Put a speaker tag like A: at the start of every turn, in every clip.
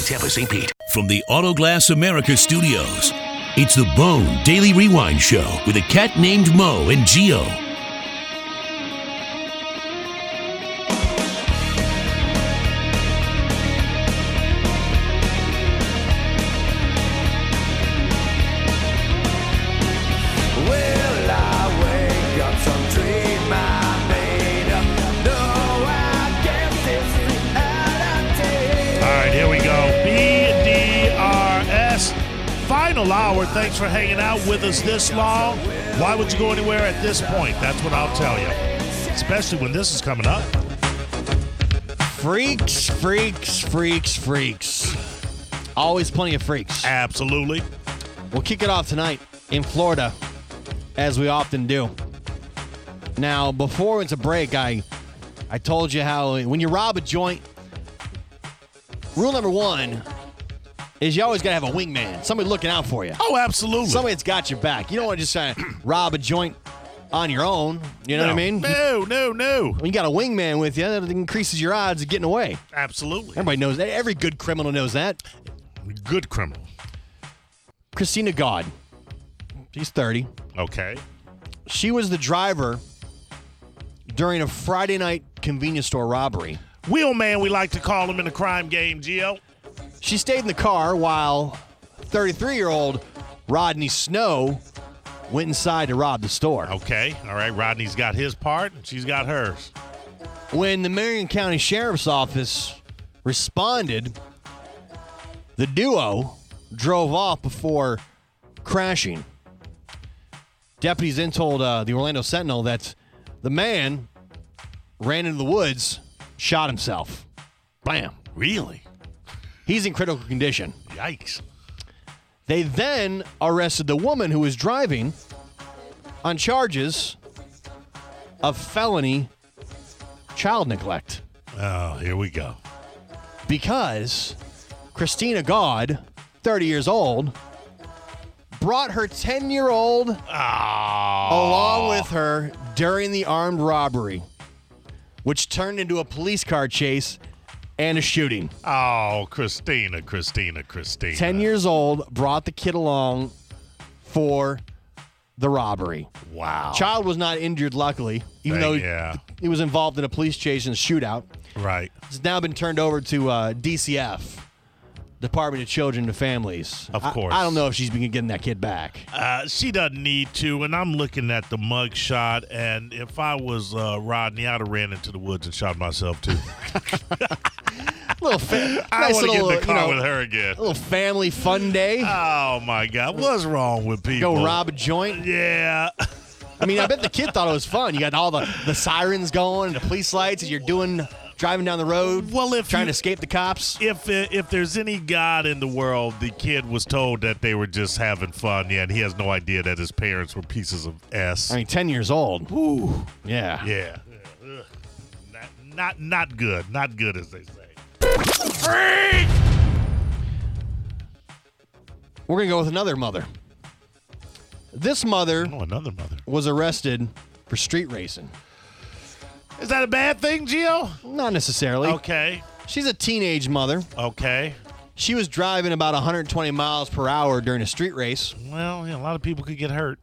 A: Tampa, St. Pete. From the Autoglass America studios, it's the Bone Daily Rewind Show with a cat named Mo and Geo.
B: Will I wake up some dream I made up? No, I guess it's reality.
C: All right, here we go. BDRS, final hour. Thanks for hanging out with us this long. Why would you go anywhere at this point? That's what I'll tell you. Especially when this is coming up.
D: Freaks, freaks, freaks, freaks. Always plenty of freaks.
C: Absolutely.
D: We'll kick it off tonight in Florida, as we often do. Now, before we went to break, I I told you how when you rob a joint, rule number one is you always gotta have a wingman, somebody looking out for you,
C: Oh, absolutely.
D: somebody that's got your back. You don't want to just try to rob a joint on your own. You know
C: no.
D: what I mean?
C: No, no, no.
D: When you got a wingman with you, that increases your odds of getting away.
C: Absolutely.
D: Everybody knows that. Every good criminal knows that.
C: Good criminal.
D: Christina God. She's 30.
C: Okay.
D: She was the driver during a Friday night convenience store robbery.
C: Wheelman, we like to call him in the crime game, Geo.
D: She stayed in the car while 33 year old Rodney Snow went inside to rob the store.
C: Okay. All right. Rodney's got his part. She's got hers.
D: When the Marion County Sheriff's Office responded, the duo drove off before crashing. Deputies then told uh, the Orlando Sentinel that the man ran into the woods, shot himself. Bam.
C: Really?
D: He's in critical condition.
C: Yikes.
D: They then arrested the woman who was driving on charges of felony child neglect.
C: Oh, here we go.
D: because Christina God, 30 years old, brought her 10 year old
C: Ah.
D: along with her during the armed robbery, which turned into a police car chase and a shooting.
C: Oh, Christina, Christina, Christina.
D: 10 years old, brought the kid along for the robbery.
C: Wow.
D: Child was not injured, luckily, even
C: Thank-
D: though
C: yeah.
D: he was involved in a police chase and shootout.
C: Right.
D: It's now been turned over to uh, DCF, Department of Children and Families.
C: Of
D: I-
C: course.
D: I, don't know if she's been getting that kid back.
C: Uh, she doesn't need to. And I'm looking at the mug shot. And if I was uh, Rodney, I'd have ran into the woods and shot myself too.
D: little fa-
C: I
D: nice
C: want to get in
D: little, uh,
C: the
D: you
C: car
D: know,
C: with her again.
D: little family fun day.
C: Oh my God, what's wrong with people?
D: Go rob a joint.
C: Yeah.
D: I mean, I bet the kid thought it was fun. You got all the, the sirens going, the police lights, and you're doing driving down the road,
C: Well, if
D: trying
C: you-
D: to escape the cops.
C: If uh, if there's any God in the world, the kid was told that they were just having fun. Yeah, and he has no idea that his parents were pieces of s.
D: I mean, 10 years old.
C: Ooh.
D: Yeah.
C: Yeah. Ugh. Not, not not good. Not good as they say.
D: We're going to go with another mother. This mother
C: Oh, another mother.
D: was arrested for street racing.
C: Is that a bad thing, Gio?
D: Not necessarily.
C: Okay.
D: She's a teenage mother.
C: Okay.
D: She was driving about 120 miles per hour during a street race.
C: Well, yeah, a lot of people could get hurt.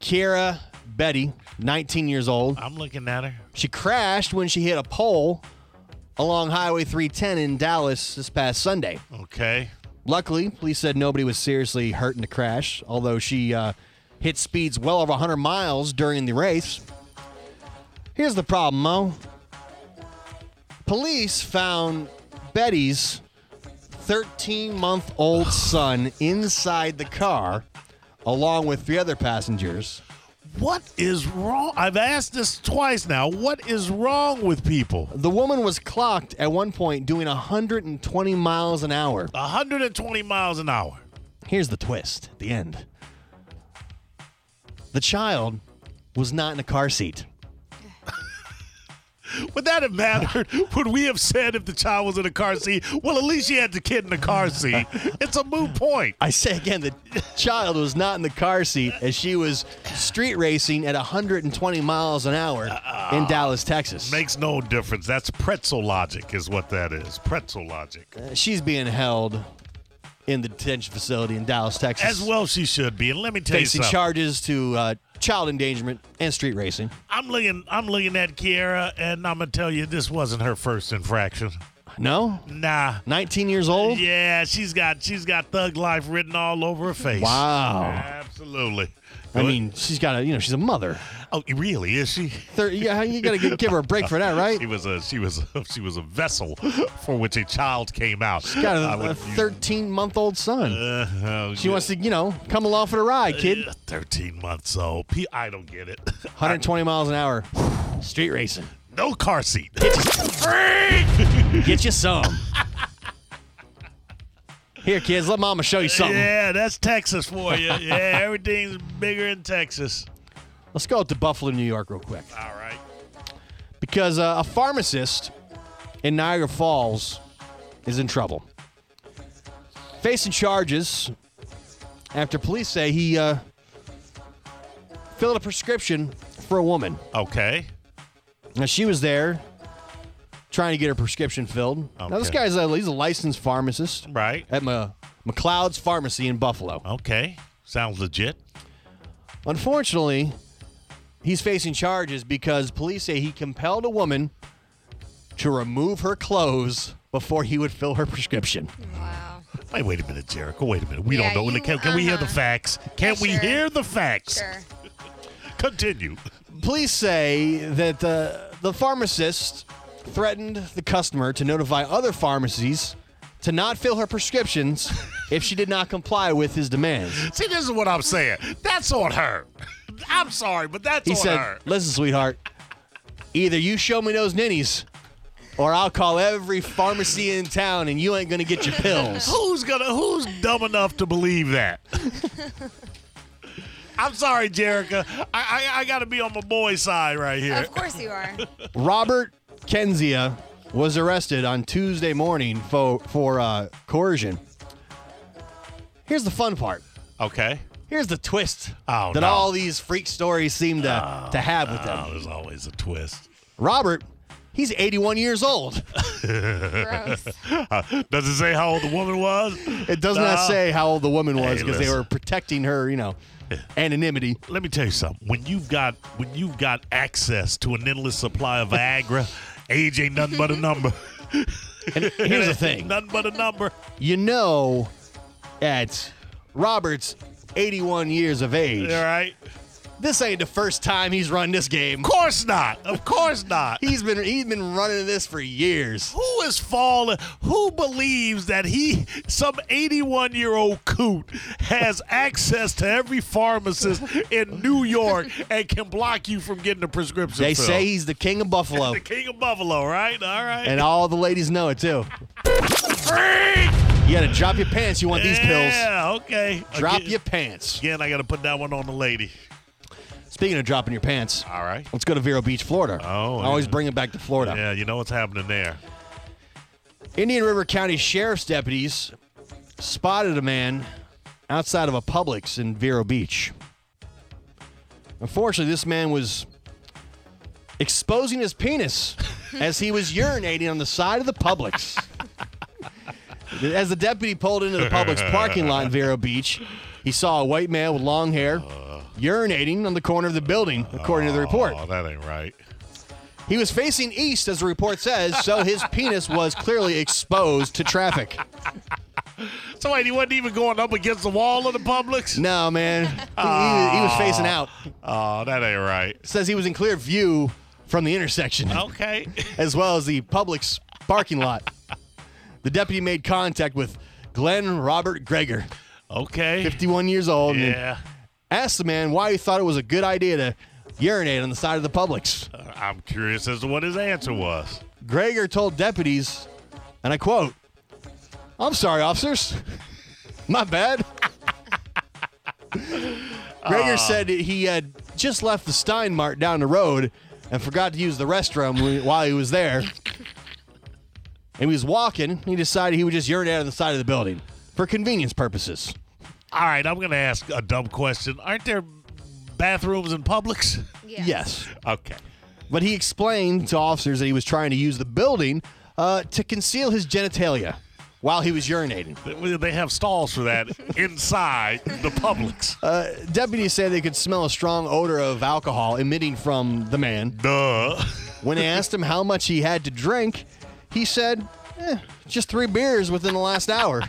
D: Kira Betty, 19 years old,
C: I'm looking at her.
D: she crashed when she hit a pole along Highway 310 in Dallas this past Sunday.
C: Okay.
D: Luckily, police said nobody was seriously hurt in the crash, although she uh, hit speeds well over 100 miles during the race. Here's the problem, Mo. Police found Betty's 13 month old son inside the car, along with three other passengers.
C: What is wrong? I've asked this twice now. What is wrong with people?
D: The woman was clocked at one point doing 120 miles an hour.
C: 120 miles an hour.
D: Here's the twist the end. The child was not in a car seat.
C: Would that have mattered? Would we have said if the child was in a car seat, well, at least you had the kid in the car seat? It's a moot point.
D: I say again, the child was not in the car seat as she was street racing at 120 miles an hour in Dallas, Texas.
C: Makes no difference. That's pretzel logic, is what that is. Pretzel logic.
D: Uh, She's being held in the detention facility in Dallas, Texas,
C: As well, she should be. And let me tell you
D: facing
C: something.
D: charges to uh, child endangerment and street racing.
C: I'm looking. I'm looking at Kiara, and I'm gonna tell you, this wasn't her first infraction.
D: No,
C: Nah.
D: 19 years old.
C: Yeah, she's got she's got thug life written all over her face.
D: Wow.
C: Absolutely.
D: I mean, she's got a you know she's a mother.
C: oh, really? Is she?
D: Thir yeah, you gotta gi- give her a break for that, right?
C: She was a she was a, she was a vessel for which a child came out. She
D: Got a- a 13 month old son.
C: Uh,
D: She wants to you know come along for the ride, kid.
C: Thirteen months old. P- I don't get it.
D: 120 miles an hour, street racing.
C: No car seat.
D: Get you some. Here, kids, let mama show you something.
C: Yeah, that's Texas for you. Yeah, everything's bigger in Texas.
D: Let's go up to Buffalo, New York, real quick.
C: All right.
D: Because uh, a pharmacist in Niagara Falls is in trouble. Facing charges after police say he uh, filled a prescription for a woman.
C: Okay.
D: Now, she was there trying to get her prescription filled. Now, this
C: Okay.
D: guy's a, he's a licensed pharmacist
C: Right. Uh-huh.
D: at Ma- McLeod's Pharmacy in Buffalo.
C: Okay. Sounds legit.
D: Unfortunately, he's facing charges because police say he compelled a woman to remove her clothes before he would fill her prescription.
E: Wow.
C: Wait, wait a minute, Jericho. Wait a minute. We
E: Yeah,
C: don't know.
E: you-
C: can can we hear the
E: uh-huh.
C: facts? Can
E: Yeah,
C: we
E: sure.
C: hear the facts?
E: Sure.
C: Continue.
D: Police say that the, the pharmacist threatened the customer to notify other pharmacies to not fill her prescriptions if she did not comply with his demands.
C: See, this is what I'm saying. That's on her. I'm sorry, but that's
D: He
C: on
D: said,
C: her.
D: Listen, sweetheart, either you show me those ninnies or I'll call every pharmacy in town and you ain't gonna get your pills.
C: Who's gonna? Who's dumb enough to believe that? I'm sorry, Jericho. I, I I gotta be on my boy's side right here.
E: Of course you are.
D: Robert Kenzia was arrested on Tuesday morning for, for uh, coercion. Here's the fun part.
C: Okay.
D: Here's the twist
C: Oh,
D: that
C: no.
D: all these freak stories seem to, to have with
C: Oh,
D: them.
C: there's always a twist.
D: Robert, he's 81 years old.
E: Gross.
C: Does it say how old the woman was?
D: It does not
C: No.
D: say how old the woman was
C: Hey,
D: because they
C: listen.
D: were protecting her, you know, anonymity.
C: Let me tell you something. When you've got when you've got access to an endless supply of Viagra, age ain't nothing but a number.
D: And here's the thing
C: Nothing but a number.
D: you know, at Robert's 81 years of
C: All
D: age,
C: right.
D: this ain't the first time he's run this game.
C: Of course not. Of course not.
D: He's been he's been running this for years.
C: Who is falling? Who believes that he, some 81 year old coot, has access to every pharmacist in New York and can block you from getting a prescription?
D: They
C: filled?
D: say he's the king of Buffalo,
C: the king of Buffalo, right? All right.
D: and all the ladies know it too.
C: Freak!
D: You gotta drop your pants. You want these pills?
C: Yeah, okay.
D: Drop
C: again,
D: your pants.
C: Again, I got to put that one on the lady.
D: Speaking of dropping your pants,
C: All right.
D: let's go to Vero Beach, Florida.
C: Oh,
D: I always
C: yeah.
D: bring it back to Florida.
C: Yeah, you know what's happening there.
D: Indian River County Sheriff's deputies spotted a man outside of a Publix in Vero Beach. Unfortunately, this man was exposing his penis as he was urinating on the side of the Publix. As the deputy pulled into the Publix parking lot in Vero Beach, he saw a white man with long hair urinating on the corner of the building, according to the report.
C: Oh, that ain't right.
D: He was facing east, as the report says, so his penis was clearly exposed to traffic.
C: So wait, he wasn't even going up against the wall of the Publix.
D: No, man. He, he- he was facing out.
C: Oh, that ain't right.
D: Says he was in clear view from the intersection,
C: Oh. Okay.
D: as well as the Publix parking lot. The deputy made contact with Glenn Robert Greger,
C: Okay.
D: 51 years old, and
C: Yeah.
D: asked the man why he thought it was a good idea to urinate on the side of the Publix.
C: I'm curious as to what his answer was.
D: Greger told deputies, and I quote, I'm sorry, officers. My bad. Greger said that he had just left the Stein Mart down the road and forgot to use the restroom wh- while he was there. And he was walking. He decided he would just urinate on the side of the building for convenience purposes.
C: All right, I'm going to ask a dumb question. Aren't there bathrooms in Publix?
E: Yes.
D: Yes.
C: Okay.
D: But he explained to officers that he was trying to use the building uh, to conceal his genitalia while he was urinating.
C: They- They have stalls for that inside the Publix.
D: Uh, deputies say they could smell a strong odor of alcohol emitting from the man.
C: Duh.
D: When they asked him how much he had to drink, he said, eh, just three beers within the last hour.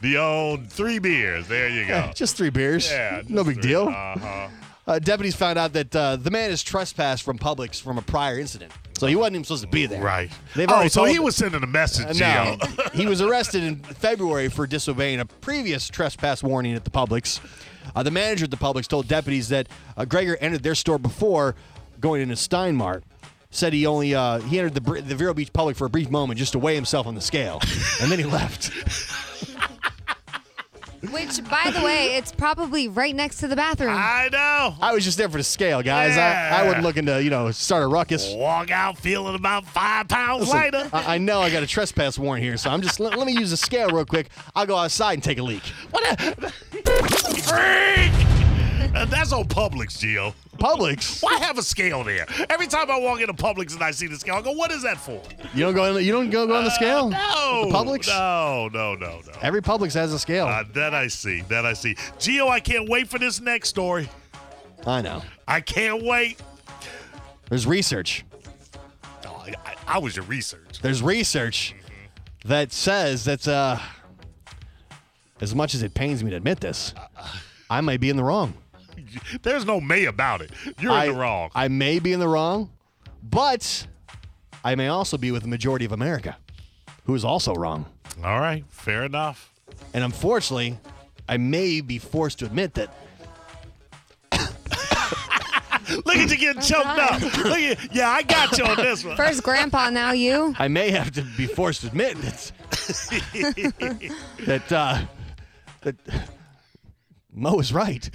C: The old three beers. There you go.
D: just three beers.
C: Yeah,
D: no
C: just
D: big
C: three.
D: deal.
C: Uh-huh.
D: Uh, deputies found out that uh, the man is trespassed from Publix from a prior incident, so he wasn't even supposed to be there.
C: Right.
D: They've
C: oh,
D: already
C: so
D: told-
C: he was sending a message,
D: Uh,
C: Gio.
D: no, he was arrested in February for disobeying a previous trespass warning at the Publix. Uh, the manager at the Publix told deputies that uh, Gregor entered their store before going into Steinmart. Said he only uh, he entered the Br- the Vero Beach Public for a brief moment just to weigh himself on the scale, and then he left.
E: Which, by the way, it's probably right next to the bathroom.
C: I know.
D: I was just there for the scale, guys. I, I
C: Yeah.
D: wasn't looking to you know start a ruckus.
C: Walk out feeling about five pounds
D: Listen, uh,
C: lighter.
D: I, I know I got a trespass warrant here, so I'm just let, let me use the scale real quick. I'll go outside and take a leak.
C: Freak! Uh, That's on Publix, Gio.
D: Publix,
C: Why have a scale there? Every time I walk into Publix and I see the scale, I go, what is that for?
D: you don't go. In, you don't go, go on the scale.
C: Uh, No.
D: The Publix?
C: No, no, no, no.
D: Every Publix has a scale.
C: Uh, that I see. That I see. Gio, I can't wait for this next story.
D: I know.
C: I can't wait.
D: There's research.
C: No, Oh, I, I, I was your research.
D: There's research that says that uh, as much as it pains me to admit this, I may be in the wrong.
C: There's no may about it. You're
D: I,
C: in the wrong.
D: I may be in the wrong, but I may also be with the majority of America, who is also wrong.
C: All right. Fair enough.
D: And unfortunately, I may be forced to admit that
C: Look at you getting choked up. Look at, yeah, I got you on this one.
E: First grandpa, now you.
D: I may have to be forced to admit that that, uh, that Mo is right.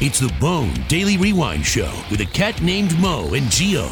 A: It's the Bone Daily Rewind Show with a cat named Mo and Geo.